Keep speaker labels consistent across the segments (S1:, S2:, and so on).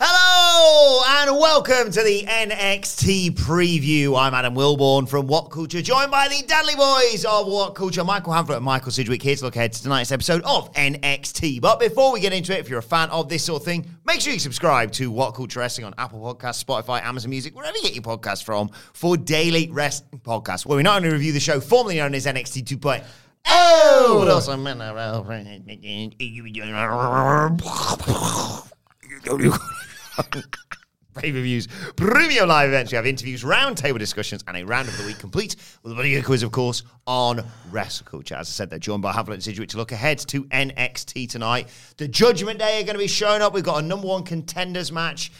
S1: Hello and welcome to the NXT preview. I'm Adam Wilborn from What Culture, joined by the Dudley Boys of What Culture, Michael Hamlet and Michael Sidgwick here to look ahead to tonight's episode of NXT. But before we get into it, if you're a fan of this sort of thing, make sure you subscribe to What Culture Wrestling on Apple Podcasts, Spotify, Amazon Music, wherever you get your podcasts from, for daily wrestling podcasts, where we not only review the show formerly known as NXT 2.0. Oh, but also, pay per views, premium live events. We have interviews, roundtable discussions, and a round of the week complete with a video quiz, of course, on wrestle culture. As I said, they're joined by Havlet and Sidgwick to look ahead to NXT tonight. The Judgment Day are going to be showing up. We've got a number one contenders match.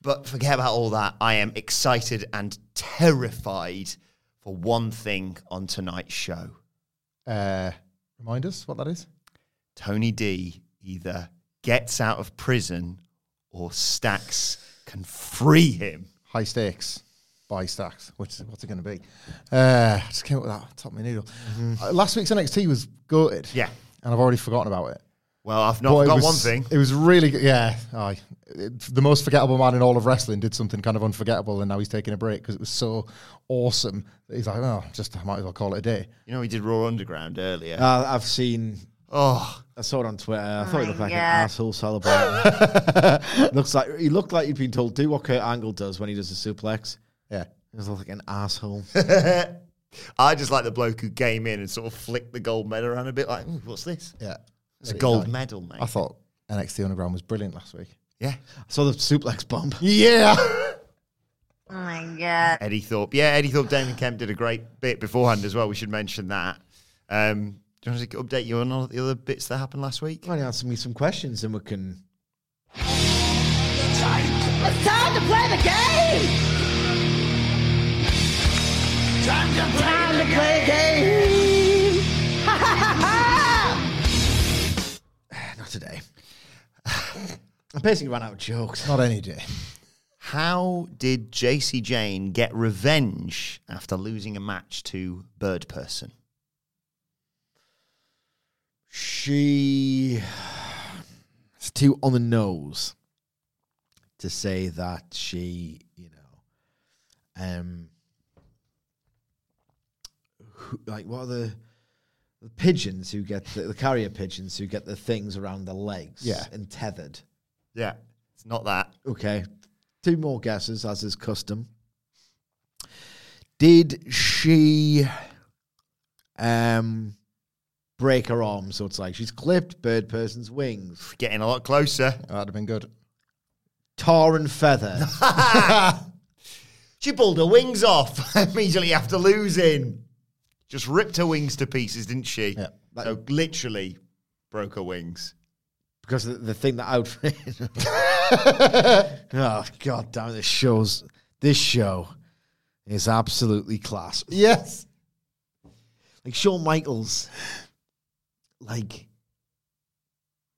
S1: But forget about all that. I am excited and terrified for one thing on tonight's show.
S2: Uh, remind us what that is.
S1: Tony D either gets out of prison or Stacks can free him.
S2: High stakes by stacks. Which what's it going to be? Uh, just came up with that top of my noodle. Uh, last week's NXT was gutted.
S1: Mm-hmm. Yeah.
S2: and I've already forgotten about it.
S1: Well, I've not
S2: But it
S1: got
S2: was-
S1: one thing.
S2: It was really good. Yeah, aye. It- the most forgettable man in all of wrestling did something kind of unforgettable, and now he's taking a break because it was so awesome. that He's like, oh, just I might as well call it a day.
S1: You know, we did Raw Underground earlier.
S3: Uh, I've seen.
S1: oh,
S3: I saw it on Twitter. I thought he looked like
S4: yeah.
S3: an asshole celebrating. looks like he looked like he'd been told do what Kurt Angle does when he does a suplex.
S2: Yeah,
S3: He was like an asshole.
S1: I just like the bloke who came in and sort of flicked the gold medal around a bit. Like, "Ooh, what's this?
S2: yeah.
S1: It's a gold medal, mate.
S2: I thought NXT Underground was brilliant last week.
S1: yeah.
S3: I saw the suplex bump.
S2: Yeah,
S4: Oh my god.
S1: Eddie Thorpe. Yeah, Eddie Thorpe, Damon Kemp did a great bit beforehand as well. We should mention that. Um, do you want to update you on all the other bits that happened last week?
S3: Why don't you answer me some questions and we can.
S5: It's time to play the game! Time to play, the, game! Ha ha ha ha!
S3: Not today. I basically ran out of jokes.
S2: not any day.
S1: How did JC Jane get revenge after losing a match to Bird Person?
S3: She. It's too on the nose to say that she, you know, um, who, like what are the, the pigeons who get the, the carrier pigeons who get the things around their legs
S2: Yeah.
S3: and tethered?
S1: Yeah, it's not that.
S3: Okay. Two more guesses, as is custom. Did she um break her arm? So it's like she's clipped bird person's wings.
S1: Getting a lot closer.
S2: That'd have been good.
S3: Tar and feather.
S1: She pulled her wings off immediately after losing. Just ripped her wings to pieces, didn't she?
S2: Yeah.
S1: so literally broke her wings.
S3: because of the thing that outfit. oh god damn this show's this show is absolutely class.
S2: Yes.
S3: Like Shawn Michaels, like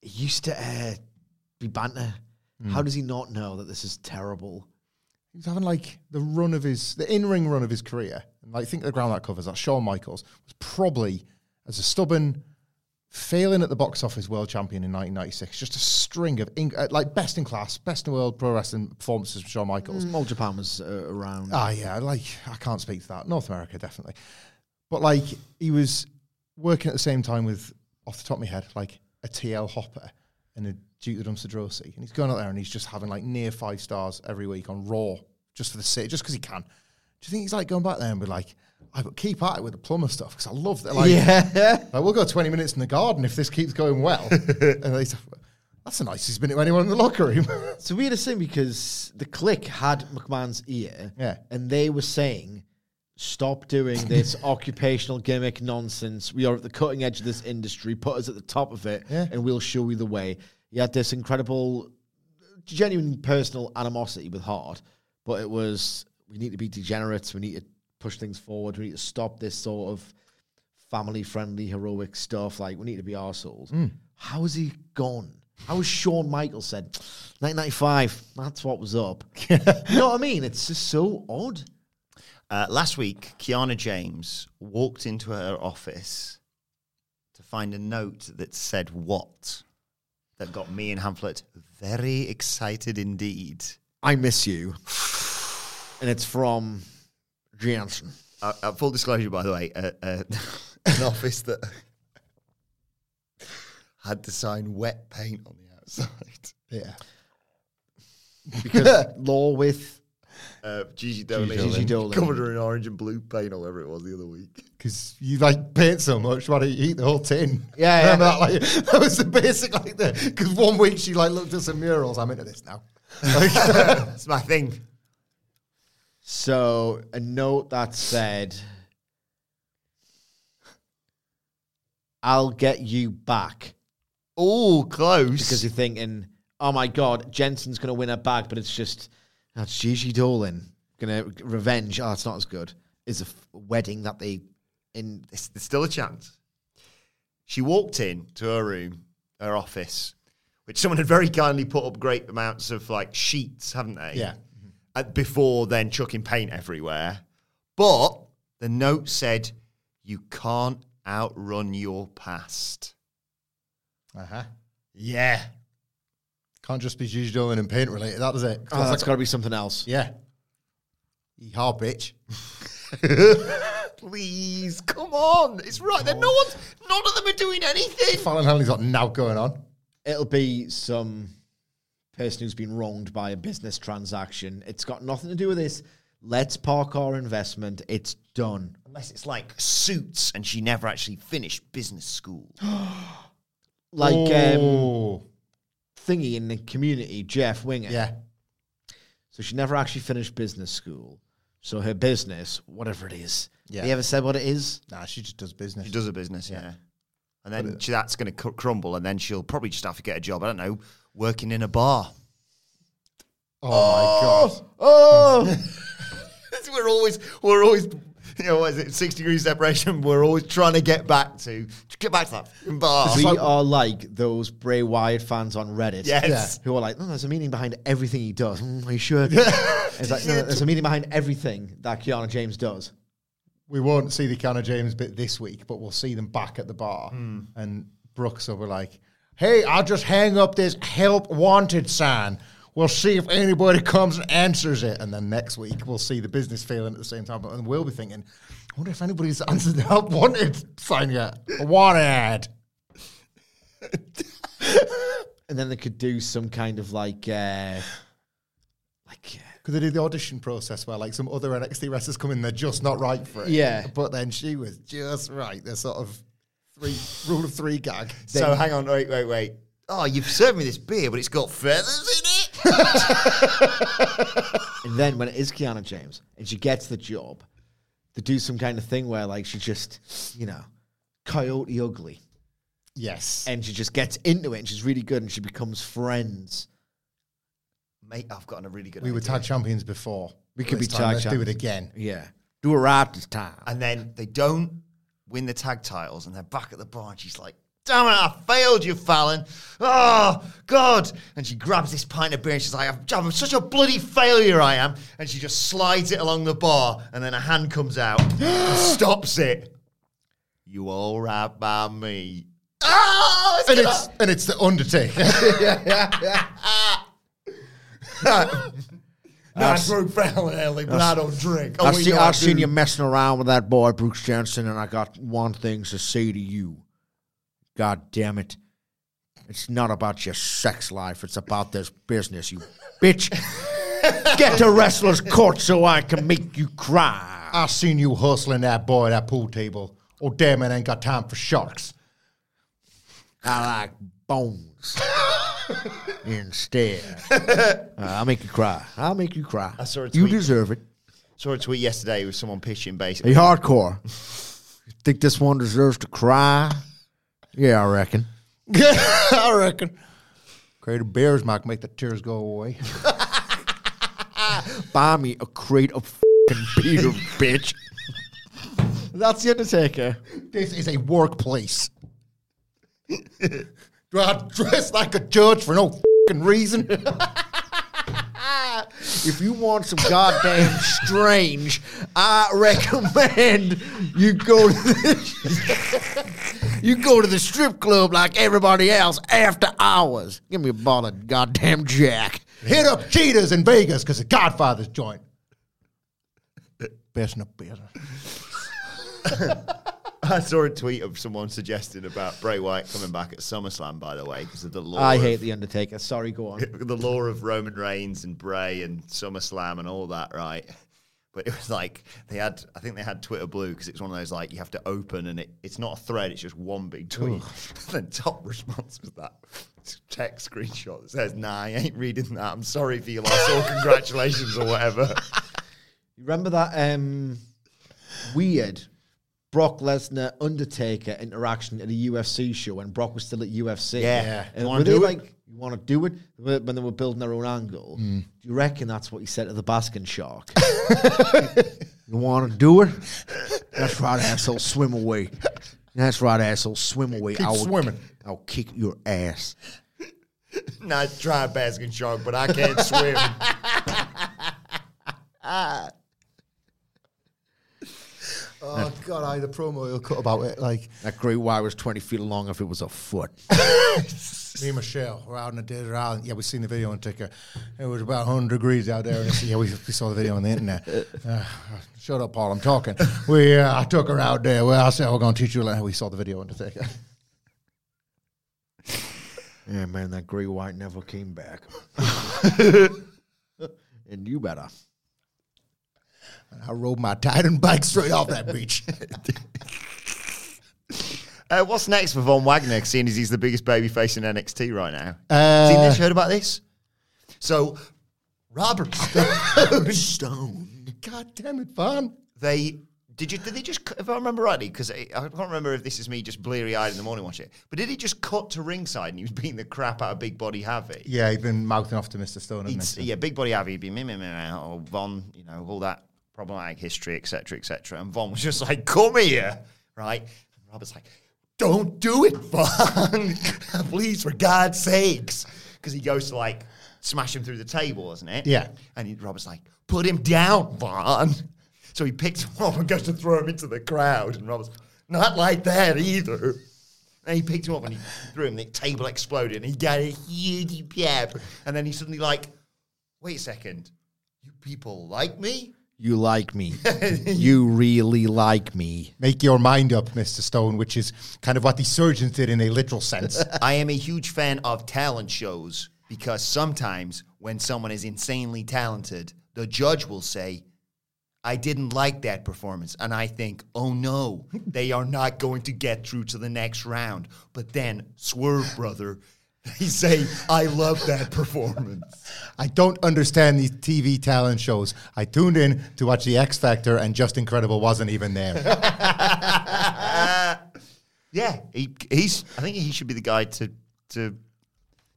S3: he used to uh, be banter. How does he not know that this is terrible?
S2: He was having like the run of his, the in ring run of his career. And like, think of the ground that covers that. Shawn Michaels was probably, as a stubborn, failing at the box office world champion in 1996, just a string of in, uh, like best in class, best in the world pro wrestling performances from Shawn Michaels.
S3: All Japan was uh, around.
S2: Ah, yeah, like I can't speak to that. North America, definitely. But like, he was working at the same time with, off the top of my head, like a TL Hopper and a Duke the Dumpster Drosy. And he's going out there and he's just having like near five stars every week on Raw just for the city, just because he can. Do you think he's like going back there and be like, I but keep at it with the plumber stuff because I love that. Like,
S3: yeah.
S2: like, we'll go 20 minutes in the garden if this keeps going well. and he's, That's the nicest been to anyone in the locker room.
S3: It's a weirdest thing because the click had McMahon's ear,
S2: Yeah.
S3: and they were saying, "Stop doing this occupational gimmick nonsense. We are at the cutting edge of this industry. Put us at the top of it,
S2: Yeah.
S3: and we'll show you the way." He had this incredible, genuine personal animosity with Hart, but it was, "We need to be degenerates. We need to push things forward. We need to stop this sort of family-friendly heroic stuff. Like we need to be arseholes. How is he gone? How is Shawn Michaels said 1995? That's what was up. you know what I mean? It's just so odd.
S1: Uh, last week, Kiana James walked into her office to find a note that said what? That got me and Hamlet very excited indeed.
S3: I miss you, and it's from Jansen.
S1: Uh, uh, full disclosure, by the way, uh, uh, an office that had to sign wet paint on the outside.
S2: yeah.
S3: because law with
S1: Uh, Gigi Dolan,
S3: Gigi Dolan.
S1: covered her in orange and blue paint or whatever it was the other week.
S2: Because you like paint so much, why don't you eat the whole tin?
S3: Yeah,
S2: Remember
S3: yeah.
S2: That, like, that was the basic like the because one week she like looked at some murals. I'm into this now.
S1: That's my thing.
S3: so a note that said, "I'll get you back."
S1: Oh, close.
S3: because you're thinking, oh my god, Jensen's going to win her back, but it's just that's Gigi Dolan going to revenge. Oh, it's not as good. It's a f- wedding that they in
S1: it's, there's still a chance. She walked in to her room, her office, which someone had very kindly put up great amounts of like sheets, haven't they?
S2: Yeah.
S1: Uh, before then chucking paint everywhere. But the note said, You can't outrun your past.
S2: Uh huh.
S1: Yeah.
S2: Can't just be Gigi Dolan and paint related. That does it.
S3: oh, that's got to be something else.
S2: yeah. Yeehaw, bitch.
S1: Please, come on. It's right there. No one's, none of them are doing anything.
S2: Fallon Henley's got now going on.
S3: It'll be some person who's been wronged by a business transaction. It's got nothing to do with this. Let's park our investment. It's done.
S1: Unless it's like suits and she never actually finished business school.
S3: Like um,
S2: Oh.
S3: thingy in the community, Jeff Winger.
S2: yeah.
S3: So she never actually finished business school. So her business, whatever it is,
S2: Yeah.
S3: have you ever said what it is?
S2: Nah, she just does business.
S1: She does a business, yeah. And then she- that's going to cr- crumble, and then she'll probably just have to get a job. I don't know, working in a bar.
S2: oh my god.
S3: Oh,
S1: we're always, we're always, you know, what is it? Six degrees separation. We're always trying to get back to get back to that fucking bar.
S3: we are like those Bray Wyatt fans on Reddit.
S1: Yes.
S3: Who are like, no, there's a meaning behind everything he does. Mm, are you sure? it's like, no, no, there's a meaning behind everything that Keanu James does.
S2: we won't see the Keanu James bit this week, but we'll see them back at the bar. And Brooks will be like, hey, I'll just hang up this help wanted sign. We'll see if anybody comes and answers it. And then next week, we'll see the business failing at the same time. And we'll be thinking, I wonder if anybody's answered the help wanted sign yet. Wanted.
S3: And then they could do some kind of like, uh, like, uh,
S2: Because they did the audition process where like some other NXT wrestlers come in, they're just not right for it.
S3: Yeah.
S2: But then she was just right. They're sort of three rule of three gag.
S1: so hang on, wait, wait, wait. Oh, you've served me this beer, but it's got feathers in it.
S3: And then when it is Kiana James and she gets the job, they do some kind of thing where like she just, you know, coyote ugly.
S2: yes.
S3: And she just gets into it and she's really good and she becomes friends.
S1: Mate, I've gotten a really good.
S2: We were
S1: idea.
S2: tag champions before.
S3: We could
S2: This
S3: be
S2: time,
S3: tag
S2: let's
S3: champions.
S2: Do it again.
S3: Yeah. Do it right this time.
S1: and then they don't win the tag titles, and they're back at the bar, and she's like, "Damn it, I failed you, Fallon! Oh God!" And she grabs this pint of beer, and she's like, "I'm, I'm such a bloody failure, I am!" And she just slides it along the bar, and then a hand comes out, and stops it. You all right by me? Oh, it's
S2: And
S1: gonna-
S2: it's and it's the Undertaker.
S1: I broke Fallon early, but I don't drink. Oh,
S3: I've,
S1: we
S3: seen,
S1: know I
S3: I've seen
S1: do.
S3: you messing around with that boy, Brooks Jensen, and I got one thing to say to you. God damn it. It's not about your sex life, it's about this business, you bitch. Get to wrestler's court so I can make you cry.
S2: I seen you hustling that boy at that pool table. Oh damn, it ain't got time for sharks.
S3: I like bones. instead. Uh, I'll make you cry. I'll make you cry.
S1: I saw a
S3: You
S1: tweet.
S3: deserve it.
S1: Saw a tweet yesterday with someone pitching
S3: Hey,
S1: basically.
S3: hardcore. You think this one deserves to cry? Yeah, I reckon.
S2: I reckon. Create a beer's might make the tears go away.
S3: Buy me a crate of fucking beer, bitch. That's the Undertaker.
S2: This is a workplace. Do I dress like a judge for no fucking reason?
S3: If you want some goddamn strange, I recommend you go to the, you go to the strip club like everybody else after hours. Give me a bottle of goddamn Jack.
S2: Hit up Cheetahs in Vegas because the Godfather's joint. Best in the business.
S1: I saw a tweet of someone suggesting about Bray Wyatt coming back at SummerSlam. By the way, because of the law.
S3: I
S1: of-
S3: hate the Undertaker. Sorry, go on.
S1: the law of Roman Reigns and Bray and SummerSlam and all that, right? But it was like they had, I think they had Twitter Blue because it's one of those like you have to open and it, it's not a thread, it's just one big tweet. then top response was that text screenshot that says, "Nah, I ain't reading that. I'm sorry for your loss or congratulations or whatever."
S3: You remember that um, weird Brock Lesnar Undertaker interaction at a UFC show when Brock was still at UFC?
S1: Yeah. Yeah.
S3: And
S1: You wanna
S3: were they
S1: do it?
S3: like, you want to do it? When when they were building their own angle, do you reckon that's what he said to the Baskin shark? you want to do it? That's right, asshole, swim away. That's right, asshole, swim away.
S2: Keep swimming.
S3: I'll kick your ass.
S1: nice try, Baskin Shark, but I can't swim.
S2: Oh, God, I, the promo he'll cut about it. Like,
S3: That great wire was 20 feet long if it was a foot.
S2: me and Michelle were out on a desert island. Yeah, we seen the video on ticker. It was about 100 degrees out there. And it's- yeah, we, we saw the video on the internet. Uh, shut up, Paul. I'm talking. We, uh, I took her out there. Well, I said, we're going to teach you. Like, we saw the video on the ticker.
S3: Yeah, man, that great white never came back. and you better.
S2: And I rode my Titan bike straight off that beach.
S1: Uh, what's next for Von Wagner, seeing as he's the biggest babyface in NXT right now?
S2: Uh,
S1: Seen this? Heard about this? So, Robert Stone.
S2: God damn it, Vaughn.
S1: They did you? Did they just? cut- If I remember rightly, because I, I can't remember if this is me just bleary eyed in the morning watching it. But did he just cut to ringside and he was beating the crap out of Big Body Javi?
S2: Yeah, he'd been mouthing off to Mr. Stone,
S1: He'd-
S2: hasn't he?
S1: yeah, Big Body Javi, be me, me, me, me, or Von, you know, all that problematic history, etc., etc. And Von was just like, "Come here," right? And Robert's like, "Don't do it, Von, please, for God's sakes," because he goes to like smash him through the table, isn't it?
S2: Yeah.
S1: And he, Robert's like, "Put him down, Von." So he picks him up and goes to throw him into the crowd, and Robert's not like that either. And he picked him up and he threw him. The table exploded and he got a huge pep. And then he suddenly like wait a second, you people like me?
S3: You like me. you really like me.
S2: Make your mind up, Mr. Stone, which is kind of what the surgeons did in a literal sense.
S1: I am a huge fan of talent shows because sometimes when someone is insanely talented, the judge will say, I didn't like that performance. And I think, oh no, they are not going to get through to the next round. But then, swerve, brother, they say, I love that performance.
S2: I don't understand these TV talent shows. I tuned in to watch The X Factor, and Just Incredible wasn't even there.
S1: Yeah, he, he's. I think he should be the guy to to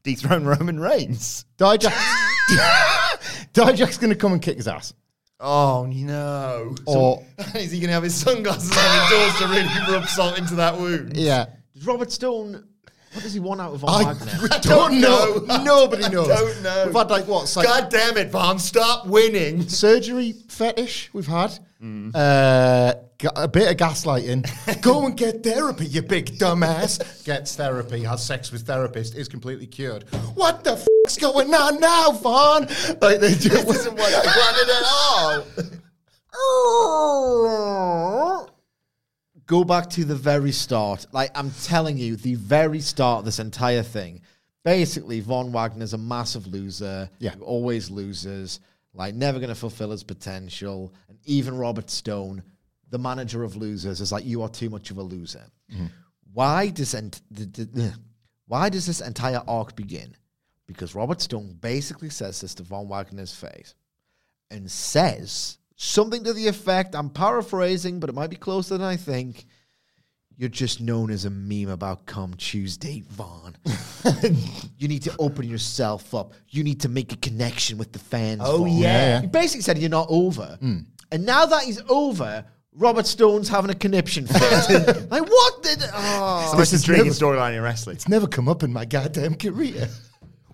S1: dethrone Roman Reigns.
S2: Dijak's, Dijak's going to come and kick his ass.
S1: Oh no!
S2: Or-
S1: is he going to have his sunglasses on indoors to really rub salt into that wound?
S2: Yeah.
S3: Did Robert Stone, what does he want out of Von
S2: I
S3: Wagner?
S2: don't, know. Nobody knows.
S1: Don't know.
S2: We've had like what? Psych-
S1: God damn it, Vaughn! Stop winning.
S2: surgery fetish we've had. Uh, g- a bit of gaslighting. Go and get therapy, you big dumbass. Gets therapy, has sex with therapist, is completely cured. What the f's going on now, Vaughn? Like they just
S1: Isn't what I wanted at all.
S3: Go back to the very start. Like, I'm telling you, the very start of this entire thing. Basically, Von Wagner's a massive loser.
S2: Yeah.
S3: He Always loses. Like, never going to fulfill his potential. And even Robert Stone, the manager of losers, is like, you are too much of a Mm-hmm. loser. Why does ent- the, the, the- why does this entire arc begin? because Robert Stone basically says this to Von Wagner's face and says something to the effect I'm paraphrasing, but it might be closer than I think. You're just known as a meme about come Tuesday, Vaughn. you need to open yourself up. You need to make a connection with the fans.
S1: Oh,
S3: Vaughn."
S1: yeah.
S3: He basically said you're not over. And now that he's over, Robert Stone's having a conniption fit. like, what did. Oh.
S1: This is drinking
S2: never-
S1: storyline in wrestling.
S2: It's never come up in my goddamn career.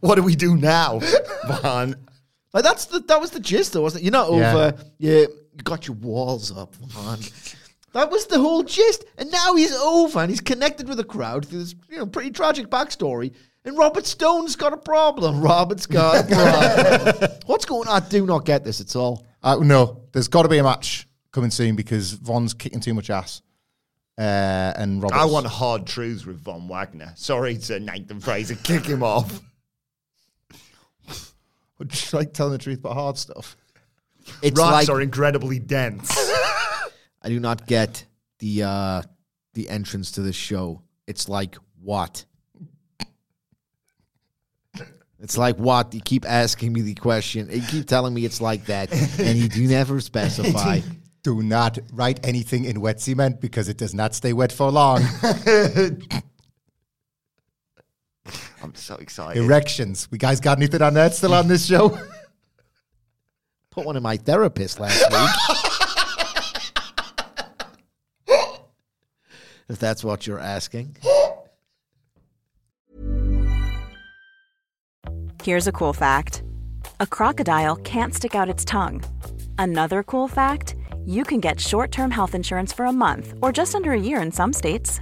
S1: What do we do now, Van?
S3: Like that's the that was the gist though, wasn't it? You're not
S2: Yeah.
S3: over. You, you got your walls up, man. that was the whole gist. And now he's over and he's connected with the crowd through this, you know, pretty tragic backstory. And Robert Stone's got a problem. Robert's got a problem. What's going on? I do not get this at all.
S2: Uh, no, there's got to be a match coming soon because Von's kicking too much ass. Uh, and Roberts.
S1: I want hard truths with Von Wagner. Sorry to Nathan Fraser, kick him off.
S2: Would you like telling the truth but hard stuff.
S3: It's
S1: Rats
S3: like
S1: are incredibly dense.
S3: I do not get the uh the entrance to the show. It's like what? It's like what? You keep asking me the question. You keep telling me it's like that, and you do never specify.
S2: Do not write anything in wet cement because it does not stay wet for long.
S1: I'm so excited.
S2: Erections. We guys got anything on that still on this show?
S3: Put one in my therapist last week. if that's what you're asking.
S6: Here's a cool fact a crocodile can't stick out its tongue. Another cool fact you can get short term health insurance for a month or just under a year in some states.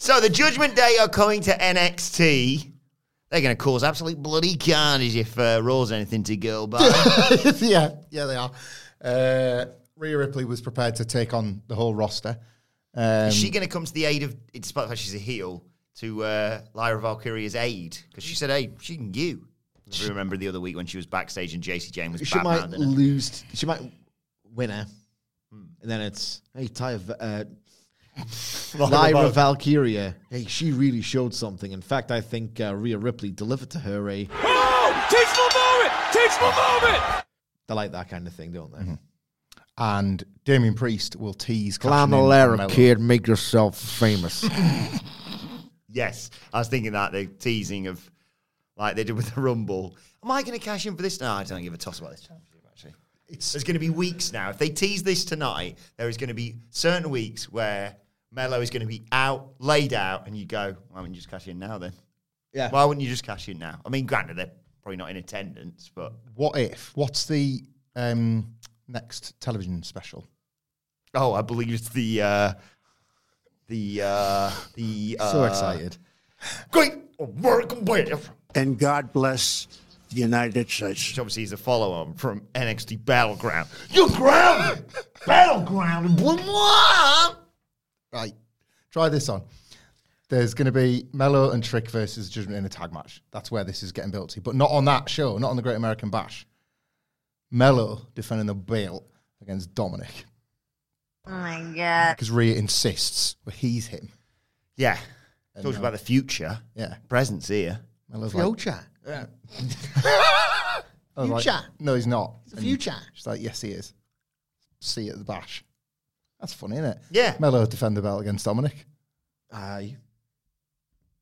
S1: So the Judgment Day are coming to NXT. They're going to cause absolute bloody carnage if uh, Raw's anything to Um, go by.
S2: yeah, yeah, they are. Uh, Rhea Ripley was prepared to take on the whole roster. Um,
S1: is she going to come to the aid of, despite the fact she's a heel, to uh, Lyra Valkyria's aid? Because she said, hey, she can you. If you remember the other week when she was backstage and JC Jane was
S3: She might
S1: Batman.
S3: lose. She might win her. And then it's, hey, Ty, uh, Lyra Valkyria. Hey, she really showed something. In fact, I think uh, Rhea Ripley delivered to her a. They like that kind of thing, don't they?
S2: and Damien Priest will tease. cashing in on
S3: Glamalera,
S2: Melo.
S3: kid, make yourself famous.
S1: Yes, I was thinking that the teasing of like they did with the Rumble. Am I going to cash in for this? No, I don't give a toss about this championship. Actually, there's going to be weeks now. If they tease this tonight, there is going to be certain weeks where Melo is going to be out, laid out, and you go, "Why wouldn't you just cash in now then?
S3: yeah.
S1: Why wouldn't you just cash in now? I mean, granted, they're probably not in attendance, but
S2: What if? What's the um, next television special?
S1: oh, I believe it's the uh, the uh, the uh,
S3: so excited.
S1: great American way.
S7: And God bless the United States.
S1: Which obviously is a follow on from NXT Battleground.
S7: You're grounded! Battleground! Blah, blah.
S2: Right. Try this on. There's going to be Mello and Trick versus Judgment in a tag match. That's where this is getting built to. But not on that show, not on the Great American Bash. Mello defending the belt against Dominic.
S4: Oh my
S3: Uh,
S4: god.
S2: Because Rhea insists, but he's him.
S1: Yeah.
S2: And,
S1: Talks
S2: um,
S1: about the future.
S2: Yeah.
S1: Presence here.
S2: Mello's like,
S3: Future.
S2: I was like,
S3: Future.
S2: no, he's not. It's
S3: the future.
S2: She's like, yes, he is. See you at the bash. That's funny, isn't it?
S1: Yeah.
S2: Mello defend the belt against Dominic.
S3: Aye.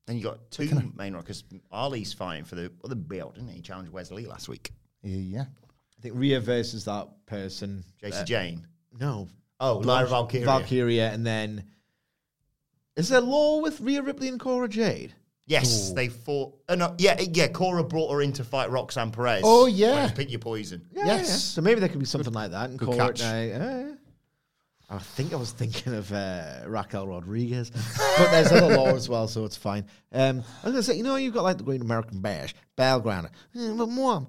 S1: Then you got two main rockers. Ali's fighting for the other belt, didn't he? He challenged Wesley last week.
S2: Yeah.
S3: I think Rhea versus that person.
S1: JC
S3: uh,
S1: Jane.
S3: No.
S1: Oh, Lyra Valkyria.
S3: Valkyria, and then is there law with Rhea Ripley and Cora Jade?
S1: Yes, they fought. Oh, no, yeah, yeah. Cora brought her in to fight Roxanne Perez.
S2: Oh, yeah.
S1: Just pick your poison.
S2: Yes.
S3: So maybe there could be something like that. And
S2: good
S3: Cora,
S2: catch.
S3: uh, yeah. I think I was thinking of uh, Raquel Rodriguez, but there's other law as well, so it's fine. Um, I was gonna say, you know, you've got like the Great American Bash, Battleground, Eh, but Mom,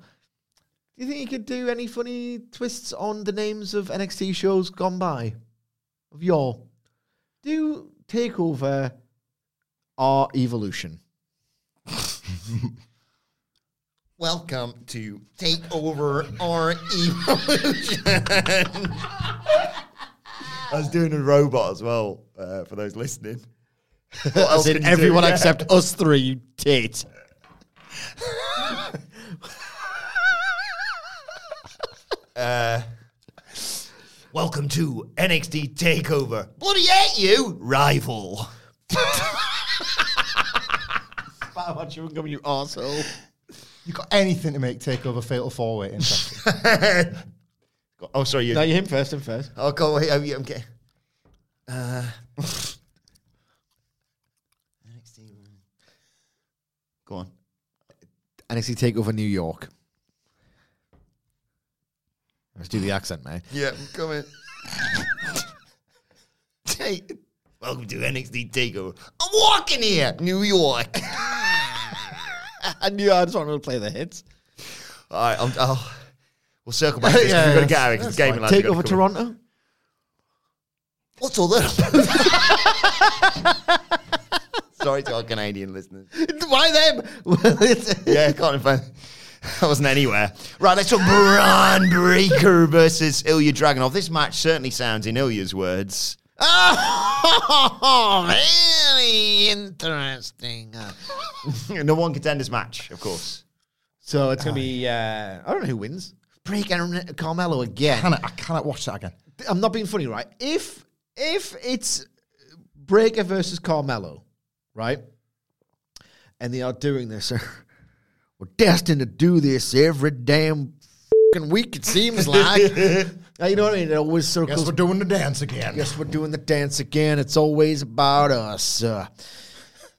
S3: do you think you could do any funny twists on the names of NXT shows gone by of your? Do Takeover, our Evolution.
S1: Welcome to take over our evolution. I was doing a robot as well uh, for those listening. What else can you do? Yeah.
S3: us three, you tit.
S1: Uh, Welcome to NXT Takeover. Bloody hate you, rival.
S3: How much you coming, you arsehole?
S2: You got anything to make takeover fatal four way interesting?
S1: oh, sorry. You,
S3: No, you're him first and first.
S1: oh, go away. Oh, yeah, I'm getting. Uh, NXT. Go on.
S3: NXT Takeover New York. Let's do the accent, mate.
S1: Yeah, I'm coming. Take. Welcome to NXT Takeover. I'm walking here, New York.
S3: I knew I just wanted to play the hits.
S1: All right, I'm, I'll, we'll circle back. to this, 'cause we've got to get out of here 'cause the gaming lads have got
S3: Takeover
S1: to come in.
S3: Toronto.
S1: What's all that? Sorry to our Canadian listeners.
S3: Why them? Well, it's,
S1: Yeah, can't even. I wasn't anywhere. Right, let's talk Braun Breaker versus Ilya Dragunov. This match certainly sounds, in Ilya's words,
S7: Oh, very interesting.
S1: no one contenders match, of course.
S3: so it's gonna be. Uh, I don't know who wins. Break Aaron Carmelo again.
S2: Cannot- I cannot watch that again.
S3: I'm not being funny, right? If if it's Breaker versus Carmelo, right? And they are doing this. We're destined to do this every damn fucking week, it seems like. Uh, you know what I mean? It always circles.
S2: Guess we're doing the dance again.
S3: Guess we're doing the dance again. It's always about us. Uh,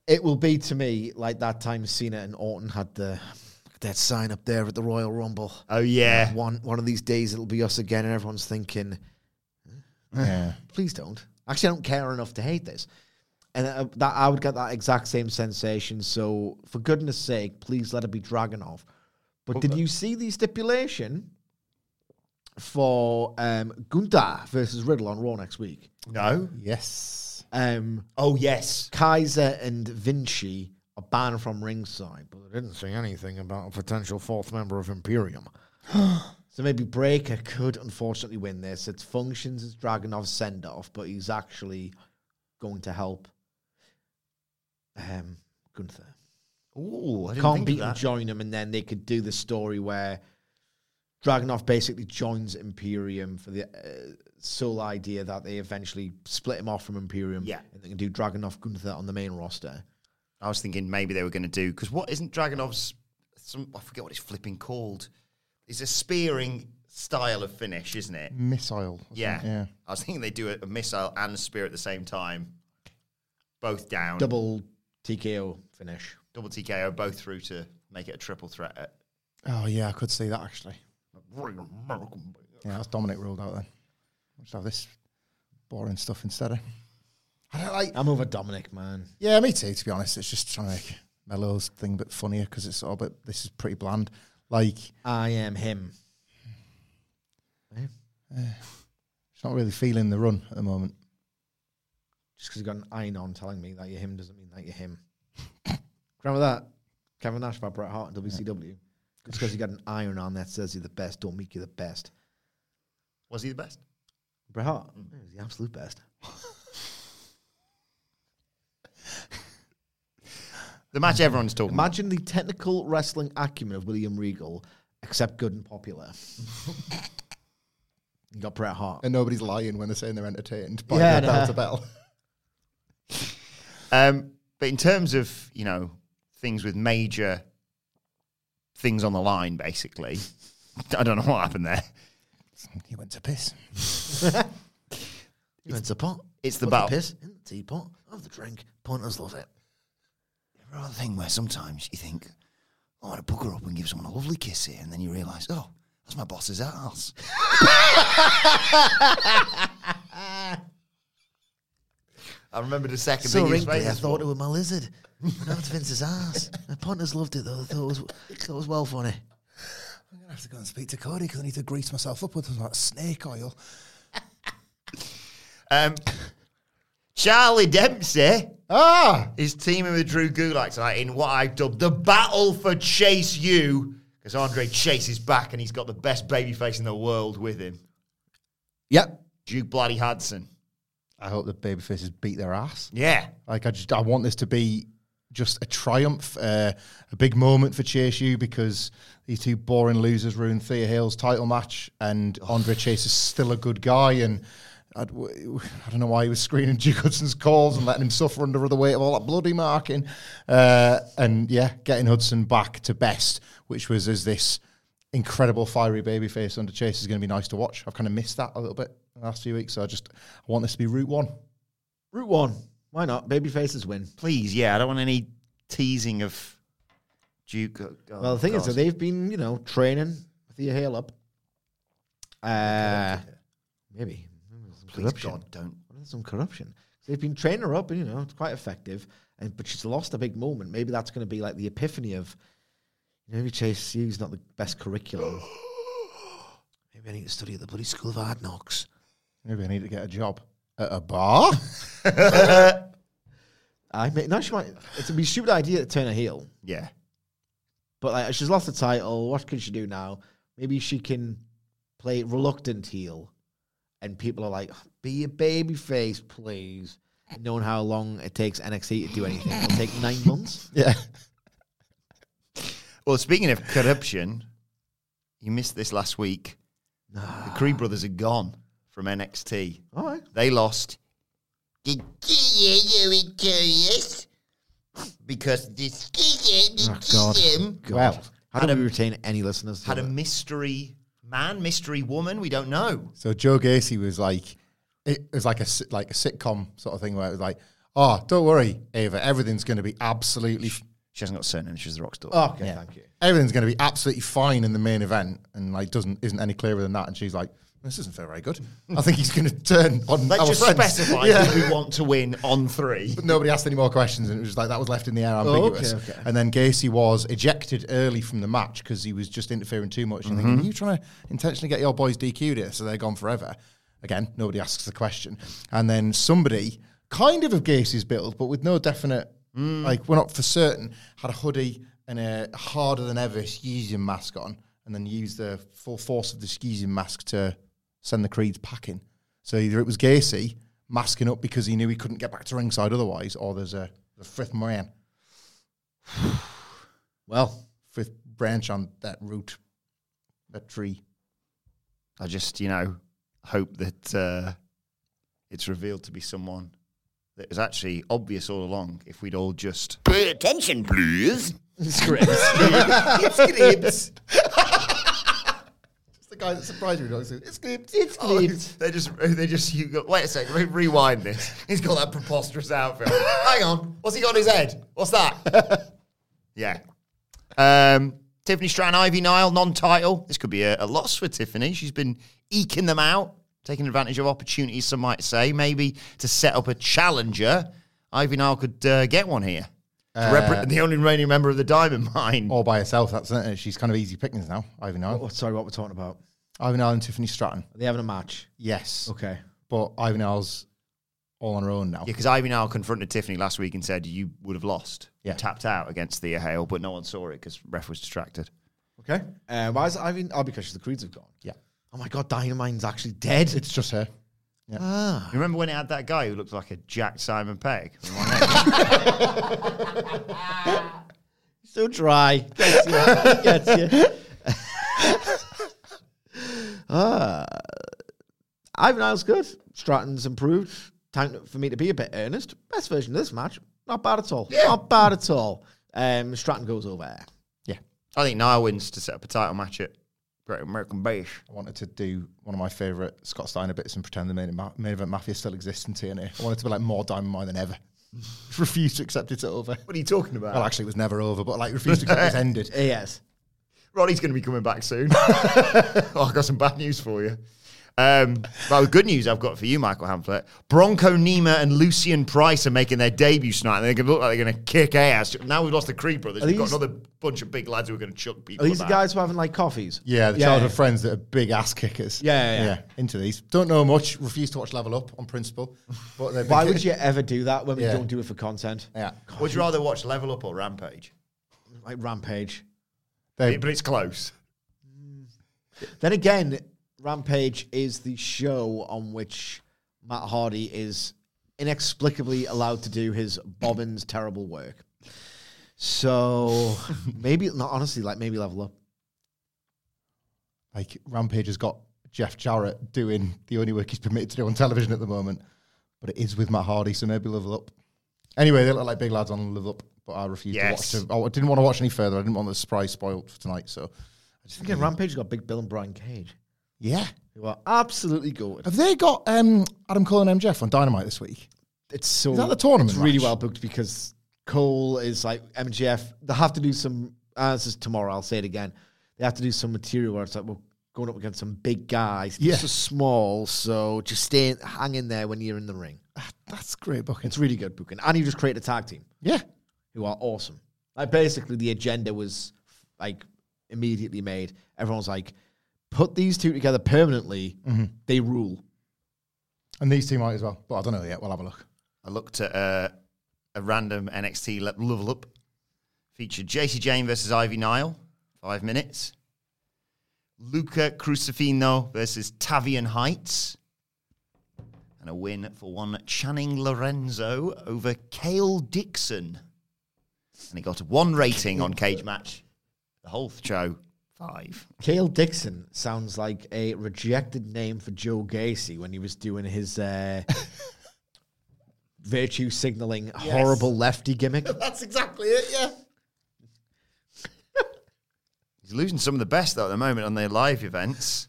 S3: it will be to me like that time Cena and Orton had the that sign up there at the Royal Rumble.
S1: Oh, yeah.
S3: One one of these days it'll be us again, and everyone's thinking,
S2: Yeah.
S3: please don't. Actually, I don't care enough to hate this. And uh, that I would get that exact same sensation. So, for goodness sake, please let it be Dragonov. But did you see the stipulation for um, Gunther versus Riddle on Raw next week?
S1: No?
S2: Yes.
S3: Um,
S1: Oh, yes.
S3: Kaiser and Vinci are banned from ringside, but they didn't say anything about a potential fourth member of Imperium. so maybe Breaker could unfortunately win this. It functions as Dragonov's send off, but he's actually going to help um, Gunther.
S1: Ooh, I didn't
S3: Can't
S1: think
S3: beat
S1: of
S3: him,
S1: that.
S3: join him, and then they could do the story where Dragonov basically joins Imperium for the uh, sole idea that they eventually split him off from Imperium.
S1: Yeah.
S3: and they can do Dragonov Gunther on the main roster.
S1: I was thinking maybe they were going to do because what isn't Dragonov's? Some I forget what it's flipping called. It's a spearing style of finish, isn't it?
S2: Missile. or
S1: Yeah.
S2: something, Yeah.
S1: I was thinking they do a, a missile and a spear at the same time, both down,
S3: Double TKO finish.
S1: double TKO, both through to make it a triple threat. At
S2: Oh, yeah, I could see that actually. Yeah, that's Dominic ruled out then. Let's have this boring stuff instead of. I don't like.
S3: I'm over Dominic, man.
S2: Yeah, me too, to be honest. It's just trying to make Mello's thing a bit funnier because it's all but this is pretty bland. Like
S3: I am him.
S2: She's not really feeling the run at the moment.
S3: Just because you got an iron on telling me that you're him doesn't mean that you're him. Remember that? Kevin Nash by Bret Hart in WCW. Just because you got an iron on that says you're the best don't make you the best.
S1: Was he the best?
S3: Bret Hart, he was the absolute best.
S1: The match everyone's talking about.
S3: Imagine the technical wrestling acumen of William Regal, except good and popular. you got Bret Hart.
S2: And nobody's lying when they're saying they're entertained by
S3: Yeah,
S2: the
S3: no.
S2: bell to bell.
S1: Um, but in terms of you know things with major things on the line, basically, I don't know what happened there.
S2: He went to piss.
S3: It's a pot.
S1: It's the
S3: Put
S1: battle.
S3: piss in the teapot of the drink. Punters love it.
S7: Ever had a thing where sometimes you think, "Oh, I want to bugger up and give someone a lovely kiss here, and then you realise, oh, that's my boss's ass.
S1: I remembered a second.
S3: So
S1: thing he was
S3: wrinkly, I
S1: famous
S3: thought
S1: for.
S3: it was my lizard. now it's Vince's ass. The punters loved it though. They thought it was, thought it was well funny.
S7: I'm going to have to go and speak to Cody because I need to grease myself up with some like, snake oil.
S1: Um, Charlie Dempsey
S2: Ah!
S1: is teaming with Drew Gulak tonight in what I dubbed the battle for Chase U, because Andre Chase is back and he's got the best babyface in the world with him,
S3: Yep.
S1: Duke Bloody Hudson.
S2: I hope the babyfaces beat their ass.
S1: Yeah,
S2: Like I just I want this to be just a triumph, uh, a big moment for Chase U because these two boring losers ruined Thea Hale's title match, and Andre Chase is still a good guy, and I'd, w- I don't know why he was screening Duke Hudson's calls and letting him suffer under the weight of all that bloody marking, uh, and yeah, getting Hudson back to best, which was as this incredible fiery babyface under Chase is going to be nice to watch. I've kind of missed that a little bit in the last few weeks, so I just I want this to be route one.
S3: Route one. Why not? Baby faces win.
S1: please, yeah. I don't want any teasing of Duke. oh,
S3: well, the thing is
S1: God.
S3: that they've been, you know, training with your hail up. Uh, maybe. Some
S1: please,
S3: corruption.
S1: God, don't.
S3: What is some corruption? So they've been training her up, and you know it's quite effective. And but she's lost a big moment. Maybe that's going to be like the epiphany of maybe Chase Hughes not the best curriculum. maybe I need to study at the bloody school of hard knocks.
S2: Maybe I need to get a job at a bar.
S3: I may, no, she might. It's a be a stupid idea to turn her heel,
S1: Yeah.
S3: but like she's lost the title. What can she do now? Maybe she can play reluctant heel, and people are like, "Be a baby face, please." Knowing how long it takes NXT to do anything, it'll take nine months.
S2: yeah.
S1: Well, speaking of corruption, you missed this last week. The Cree brothers are gone from NXT.
S3: All right.
S1: They lost. The Kiwi Curious because the Skiing
S3: Oh, God. God.
S2: Well,
S3: how do we retain any listeners?
S1: had a mystery man, mystery woman. We don't know.
S2: So Joe Gacy was like, it was like a si- like a sitcom sort of thing where it was like, oh, don't worry, Ava, everything's going to be absolutely, f-
S1: She hasn't got a surname. She's the Rock's daughter.
S3: oh, okay, thank you.
S2: everything's going to be absolutely fine in the main event, and like doesn't isn't any clearer than that. And she's like, this doesn't feel very good. I think he's going to turn on
S1: Let's
S2: our
S1: just
S2: friends.
S1: specify who we want to win on three.
S2: But nobody asked any more questions, and it was like that was left in the air ambiguous.
S3: Oh, okay, okay.
S2: And then Gacy was ejected early from the match because he was just interfering too much. And
S3: Mm-hmm.
S2: thinking, you trying to intentionally get your boys DQ'd here, so they're gone forever. Again, nobody asks the question. And then somebody, kind of of Gacy's build, but with no definite,
S3: Mm.
S2: like we're not for certain, had a hoodie and a harder than ever skeezing mask on, and then used the full force of the skeezing mask to send the Creeds packing. So either it was Gacy masking up because he knew he couldn't get back to ringside otherwise, or there's a, a fifth man,
S3: Well,
S2: fifth branch on that root, that tree.
S1: I just, you know, hope that uh, it's revealed to be someone that was actually obvious all along if we'd all just.
S7: Pay attention, please.
S2: It's the guy that surprised me. It's clipped.
S3: it's cleaved.
S1: They just, they just, you go, wait a second, re- rewind this. He's got that preposterous outfit. Hang on, what's he got on his head? What's that? yeah. Um, Tiffany Stratton, Ivy Nile, non title. This could be a, a loss for Tiffany. She's been eking them out, taking advantage of opportunities, some might say, maybe to set up a challenger. Ivy Nile could uh, get one here. To repre- the only remaining member of the Diamond Mine.
S2: All by herself, that's it. She's kind of easy pickings now, Ivan Allen.
S3: Oh, sorry, what we're talking about?
S2: Ivan Allen and Tiffany Stratton.
S3: Are they having a match?
S2: Yes.
S3: Okay.
S2: But Ivan Allen's all on her own now.
S1: Yeah, because Ivy now confronted Tiffany last week and said you would have lost. You
S2: Yeah.
S1: tapped out against Thea Hale, but no one saw it because ref was distracted.
S2: Okay.
S3: Uh, why is Ivan? Oh, because the creeds have gone.
S2: Yeah.
S3: Oh my God, Dynamine's actually dead.
S2: It's just her. Yeah.
S3: ah.
S1: You remember when it had that guy who looked like a Jack Simon Pegg?
S3: So dry. Gets you. Gets you. Ah. Ivan Isle's good. Stratton's improved. Time for me to be a bit earnest. Best version of this match. Not bad at all. Not bad at all. Um, Stratton goes over.
S2: Yeah.
S1: I think Nia wins to set up a title match at Great American Bash.
S2: I wanted to do one of my favourite Scott Steiner bits and pretend the main, ma- main event mafia still exists in TNA. I wanted to be like more Diamond Mine than ever. refused to accept it's over.
S1: What are you talking about?
S2: Well, actually, it was never over, but like refused to accept it's ended.
S3: Yes.
S1: Ronnie's going to be coming back soon. oh, I've got some bad news for you. Um, well, the good news I've got for you, Michael Hamlet. Bronco Nima and Lucian Price are making their debut tonight, and they're going to look like they're going to kick ass. Now we've lost the Creed brothers.
S3: Are
S1: We've
S3: these-
S1: got another bunch of big lads who are going to chuck people.
S3: Are these the
S1: about.
S3: guys who are having like coffees?
S2: Yeah, the
S3: Yeah,
S2: childhood
S3: yeah.
S2: friends that are big ass kickers.
S3: Yeah, yeah, yeah.
S2: Into these. Don't know much. Refuse to watch Level Up on principle. But they're big
S3: Why
S2: kick-
S3: would you ever do that when we
S2: Yeah.
S3: don't do it for content?
S2: Yeah.
S1: Would you rather watch Level Up or Rampage?
S3: Like Rampage.
S2: They,
S1: Uh, But it's close.
S3: Then again, Rampage is the show on which Matt Hardy is inexplicably allowed to do his Bobbin's terrible work. So maybe, no, honestly, like maybe level up.
S2: like Rampage has got Jeff Jarrett doing the only work he's permitted to do on television at the moment, but it is with Matt Hardy, so maybe level up. Anyway, they look like big lads on level up, but I refuse
S1: Yes.
S2: to watch. To, I didn't want to watch any further. I didn't want the surprise spoiled for tonight. So, I just
S3: Again, Rampage's got Big Bill and Brian Cage,
S2: yeah,
S3: who are absolutely good.
S2: have they got um, Adam Cole and MJF on Dynamite this week?
S3: It's so
S2: Is that the tournament
S3: It's really
S2: match?
S3: well booked because Cole is like MGF. They have to do some. Uh, this is tomorrow. I'll say it again. They have to do some material where it's like we're going up against some big guys.
S2: Yeah.
S3: This is small, so just stay hang in there when you're in the ring.
S2: Ah, That's great booking.
S3: It's really good booking, and you just create a tag team
S2: Yeah,
S3: who are awesome. Like basically, the agenda was like immediately made. Everyone's like, put these two together permanently.
S2: Mm-hmm.
S3: They rule.
S2: and these two might as well, but I don't know yet. We'll have a look.
S1: I looked at uh, a random NXT le- level up. Featured JC Jane versus Ivy Nile, five minutes. Luca Crucifino versus Tavian Heights. And a win for one Channing Lorenzo over Kale Dixon. And he got one rating on Cage Match. The whole show, five.
S3: Cale Dixon sounds like a rejected name for Joe Gacy when he was doing his uh, virtue signaling horrible lefty gimmick.
S1: That's exactly it, yeah. He's losing some of the best, though, at the moment on their live events.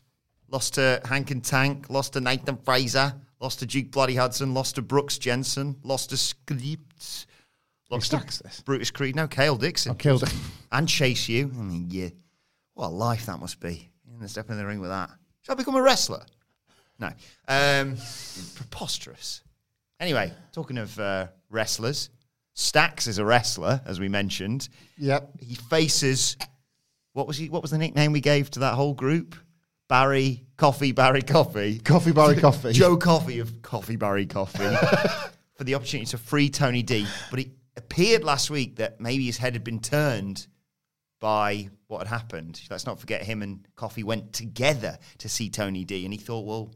S1: Lost to Hank and Tank, lost to Nathan Fraser, lost to Duke Bloody Hudson, lost to Brooks Jensen, lost to Scripts, lost
S2: Stacks
S1: to
S2: this.
S1: Brutus Creed, no, Kale Dixon,
S2: I killed it.
S1: and Chase You. I mean, yeah. What a life that must be. In the step in the ring with that. Should I become a wrestler? No. Um, preposterous. Anyway, talking of uh, wrestlers, Stacks is a wrestler, as we mentioned.
S2: Yep.
S1: He faces what was he? What was the nickname we gave to that whole group? Barry Coffee, Barry Coffee,
S2: Coffee Barry Coffee.
S1: Joe Coffee of Coffee Barry Coffee for the opportunity to free Tony D. But it appeared last week that maybe his head had been turned by what had happened. Let's not forget him and Coffee went together to see Tony D. And he thought, well,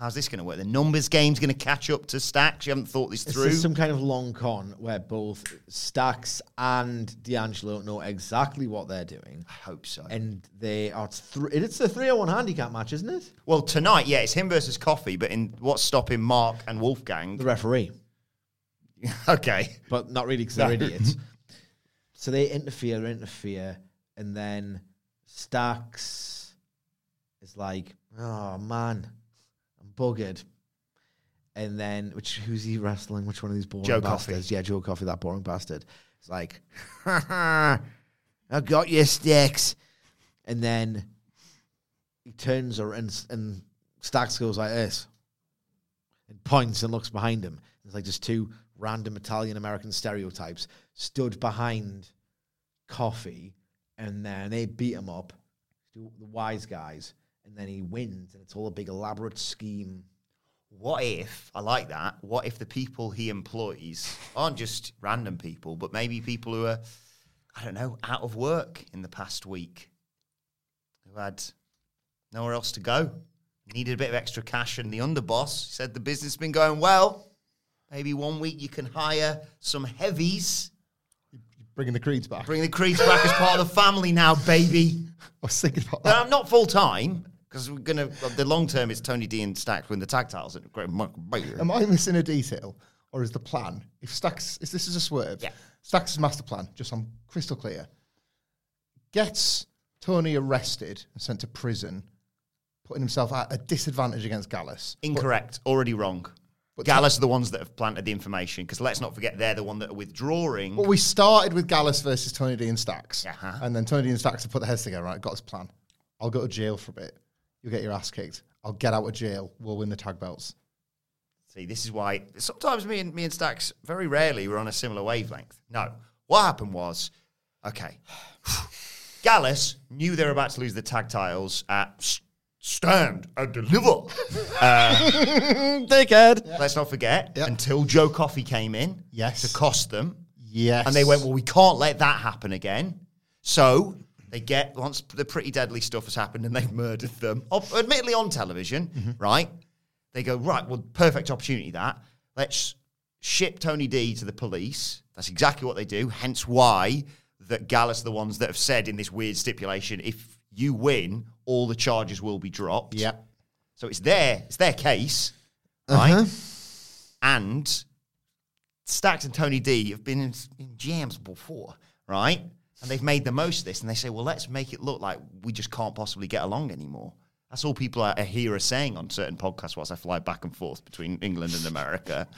S1: how's this going to work? The numbers game's going to catch up to Stacks. You haven't thought this
S3: Is
S1: through.
S3: this some kind of long con where both Stax and D'Angelo know exactly what they're doing?
S1: I hope so.
S3: And they are. Th- it's the 301 handicap match, isn't it?
S1: Well, tonight, yeah, it's him versus Coffee, but in what's stopping Mark and Wolfgang?
S3: The referee.
S1: okay.
S3: but not really because they're idiots. So they interfere, interfere, and then Stacks is like, "Oh man, I'm buggered." And then, which who's he wrestling? Which one of these boring
S1: Joe Coffey.
S3: bastards? Yeah, Joe Coffee, that boring bastard. It's like, "I got your sticks," and then he turns around and, and Stacks goes like this and points and looks behind him. It's like just two random Italian American stereotypes, stood behind Coffee, and then they beat him up, the the wise guys, and then he wins, and it's all a big elaborate scheme.
S1: What if I like that? What if the people he employs aren't just random people, but maybe people who are, I don't know, out of work in the past week, who had nowhere else to go, needed a bit of extra cash, and the underboss said the business has been going well. Maybe one week you can hire some heavies.
S2: Bringing the creeds back.
S1: Bring the creeds back as part of the family now, baby.
S2: I was thinking about
S1: No, I'm not full time because we're gonna. The long term is Tony D and Stack win the tag titles at Great Monk.
S2: Am I missing a detail, or is the plan if Stacks is this is a swerve?
S1: Yeah.
S2: Stacks' master plan, just I'm crystal clear, gets Tony arrested and sent to prison, putting himself at a disadvantage against Gallus.
S1: Incorrect. Already wrong.
S2: But-
S1: Gallus are the ones that have planted the information because let's not forget they're the one that are withdrawing.
S2: But we started with Gallus versus Tony D and Stacks,
S1: Uh-huh.
S2: and then Tony D and Stacks have put their heads together. Right, got his plan. I'll go to jail for a bit. You'll get your ass kicked. I'll get out of jail. We'll win the tag belts.
S1: See, this is why sometimes me and me and Stacks very rarely were on a similar wavelength. No, what happened was, okay, Gallus knew they were about to lose the tag titles at S- Stand and Deliver. Uh,
S3: Dickhead.
S1: Let's not forget until Joe Coffey came in
S2: Yes.
S1: to cost them.
S2: Yes,
S1: And they went, well, we can't let that happen again. So they get, once the pretty deadly stuff has happened and they've murdered them, ob- admittedly on television,
S2: Mm-hmm.
S1: right? They go, right, well, perfect opportunity that. Let's ship Tony D to the police. That's exactly what they do. Hence why that Gallus are the ones that have said in this weird stipulation, if you win, all the charges will be dropped.
S2: Yep. Uh-huh.
S1: So it's their it's their case, right? And Stacks and Tony D have been in, in jams before, right? And they've made the most of this, and they say, "Well, let's make it look like we just can't possibly get along anymore." That's all people I I hear are saying on certain podcasts whilst I fly back and forth between England and America,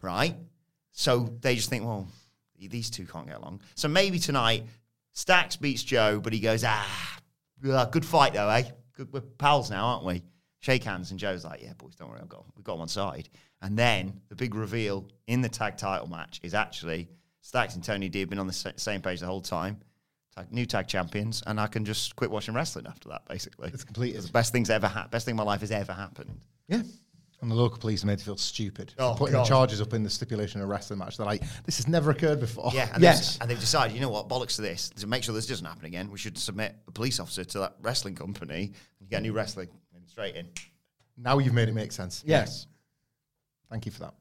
S1: right? So they just think, "Well, these two can't get along." So maybe tonight, Stacks beats Joe, but he goes, "Ah, yeah, good fight though, eh? Good, we're pals now, aren't we? Shake hands, and Joe's like, "Yeah, boys, don't worry, I've got we've got him on side." And then the big reveal in the tag title match is actually Stacks and Tony D have been on the sa- same page the whole time, tag, new tag champions, and I can just quit watching wrestling after that. Basically,
S2: It's completed.
S1: the best things ever happened. Best thing my life has ever happened.
S2: Yeah. And the local police made me feel stupid.
S1: Oh,
S2: for putting
S1: God.
S2: the charges up in the stipulation of a wrestling match. They're like, this has never occurred before.
S1: Yeah, and,
S3: Yes.
S1: they've, and they've decided, you know what, bollocks to this. To make sure this doesn't happen again, we should submit a police officer to that wrestling company and get a new wrestling and straight in.
S2: Now you've made it make sense.
S3: Yes.
S2: Thank you for that.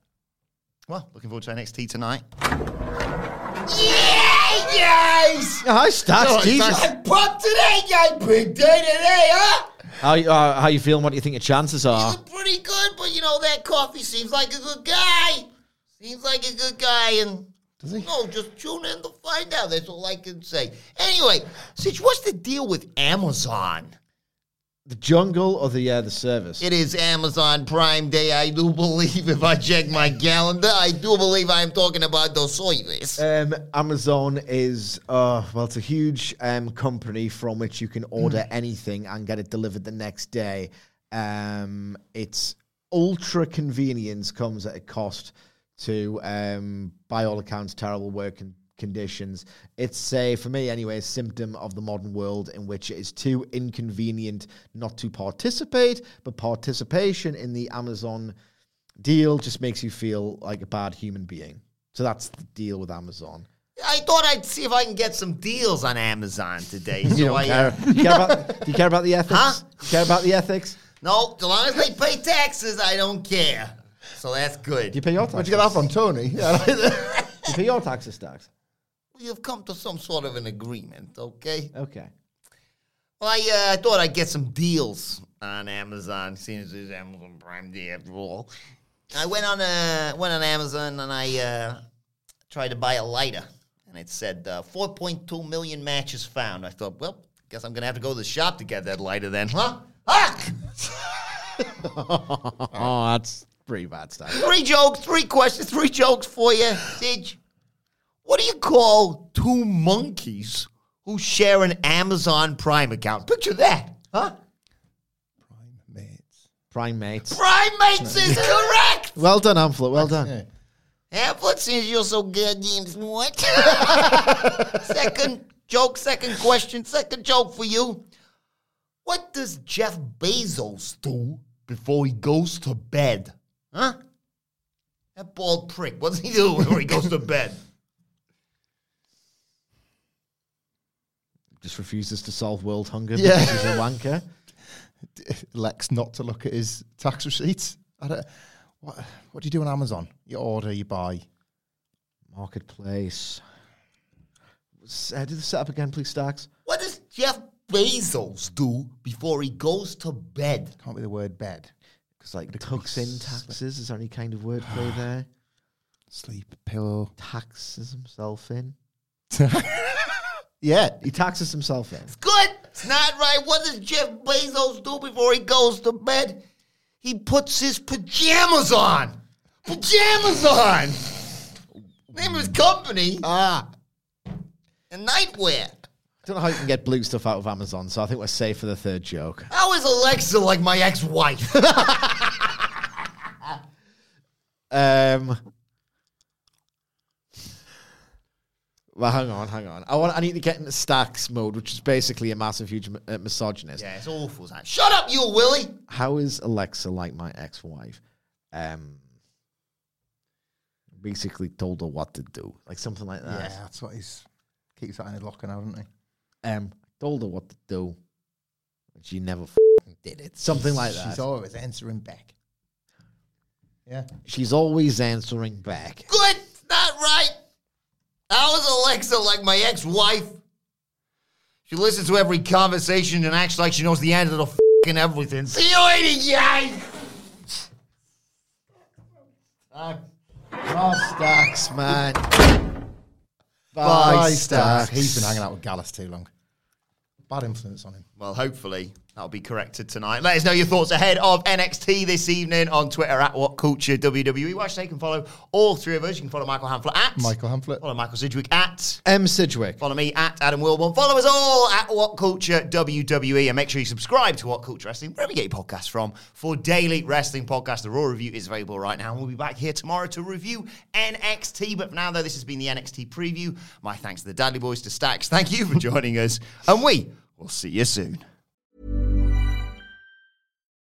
S1: Well, looking forward to NXT tonight.
S3: Hi, Stacks.
S1: Oh,
S2: Alright,
S3: Jesus.
S2: Stacks.
S1: Pop today, guy. Big day today, huh?
S3: How, uh, how you feeling? What do you think your chances are?
S1: He's pretty good, but you know that coffee seems like a good guy. Seems like a good guy, and
S2: Does he?
S1: no, just tune in to find out. That's all I can say. Anyway, Sitch, what's the deal with Amazon?
S3: The jungle or the uh, the service?
S1: It is Amazon Prime Day. I do believe, if I check my calendar, I do believe I am talking about those soybeans.
S3: Um, Amazon is, uh, well, it's a huge um, company from which you can order anything and get it delivered the next day. Um, it's ultra convenience comes at a cost to, um, by all accounts, terrible working conditions. It's a, for me anyway, a symptom of the modern world in which it is too inconvenient not to participate, but participation in the Amazon deal just makes you feel like a bad human being. So that's the deal with Amazon.
S1: I thought I'd see if I can get some deals on Amazon today. So
S3: You don't
S1: I, uh,
S3: care. Do you care, about, do you care about the ethics?
S1: Huh?
S3: Do you care about the ethics?
S1: No, as long as they pay taxes, I don't care. So that's good.
S3: Do you pay your
S2: Where'd
S3: taxes?
S2: you get that from, Tony? Yeah, right there.
S3: Do you pay your taxes, Dax?
S1: You've come to some sort of an agreement, okay?
S3: Okay.
S1: Well, I uh, thought I'd get some deals on Amazon, seeing as it's Amazon Prime Day after all. I went on uh, went on Amazon and I uh, tried to buy a lighter, and it said uh, 4.2 million matches found. I thought, well, guess I'm gonna have to go to the shop to get that lighter then, huh? Ah!
S3: Oh, that's pretty bad stuff.
S1: Three jokes, three questions, three jokes for you, Sige. What do you call two monkeys who share an Amazon Prime account? Picture that, huh?
S2: Mates.
S3: Primates.
S1: Primates is correct.
S3: Well done, Amphlet. Well done.
S2: Yeah.
S1: Ever since you're so goddamn smart. second joke, second question, second joke for you. What does Jeff Bezos do before he goes to bed? Huh? That bald prick. What does he do before he goes to bed?
S3: Just refuses to solve world hunger
S2: Yeah.
S3: because he's a wanker.
S2: Lex not to look at his tax receipts. I don't, what, what do you do on Amazon? You order, you buy.
S3: Marketplace. S- Uh, do the setup again, please, Stacks.
S1: What does Jeff Bezos do before he goes to bed?
S2: Can't be the word bed.
S3: Because like tucks in taxes. Is there any kind of wordplay there?
S2: Sleep, pillow.
S3: Taxes himself in.
S2: Yeah.
S3: He taxes himself in.
S1: Good. It's not right. What does Jeff Bezos do before he goes to bed? He puts his pajamas on. Pajamas on. Name of his company. Ah. And nightwear.
S3: don't know how you can get blue stuff out of Amazon, so I think we're safe for the third joke.
S1: How is Alexa like my ex-wife?
S3: Um, well, hang on, hang on. I want. I need to get into stacks mode, which is basically a massive, huge uh, misogynist.
S1: yeah, it's awful. Zach. Shut up, you Willie.
S3: How is Alexa like my ex-wife? Um, basically told her what to do, like something like that.
S2: Yeah, that's what he's keeps that in his locker now, doesn't he?
S3: Um, told her what to do, but she never f- did it. Something like that.
S2: She's always answering back. Yeah.
S3: She's always answering back.
S1: Good. It's not right. How is Alexa like my ex-wife? She listens to every conversation and acts like she knows the answer to fucking everything. See you later, guys.
S3: Oh, Stacks, man.
S2: Bye,
S3: Bye,
S2: Stax.
S3: Stacks.
S2: He's been hanging out with Gallus too long. Bad influence on him.
S1: Well, hopefully that'll be corrected tonight. Let us know your thoughts ahead of NXT this evening on Twitter at WhatCultureWWE. Watch, they can follow all three of us. You can follow Michael Hamflet at
S2: Michael Hamflet.
S1: Follow Michael Sidgwick at.
S3: M. Sidgwick.
S1: Follow me at Adam Wilborn. Follow us all at What Culture WWE and make sure you subscribe to What Culture Wrestling, wherever you get your podcasts from, for daily wrestling podcasts. The Raw review is available right now, and we'll be back here tomorrow to review NXT. But for now, though, this has been the NXT preview. My thanks to the Dudley Boys, to Stacks. Thank you for joining us, and we will see you soon.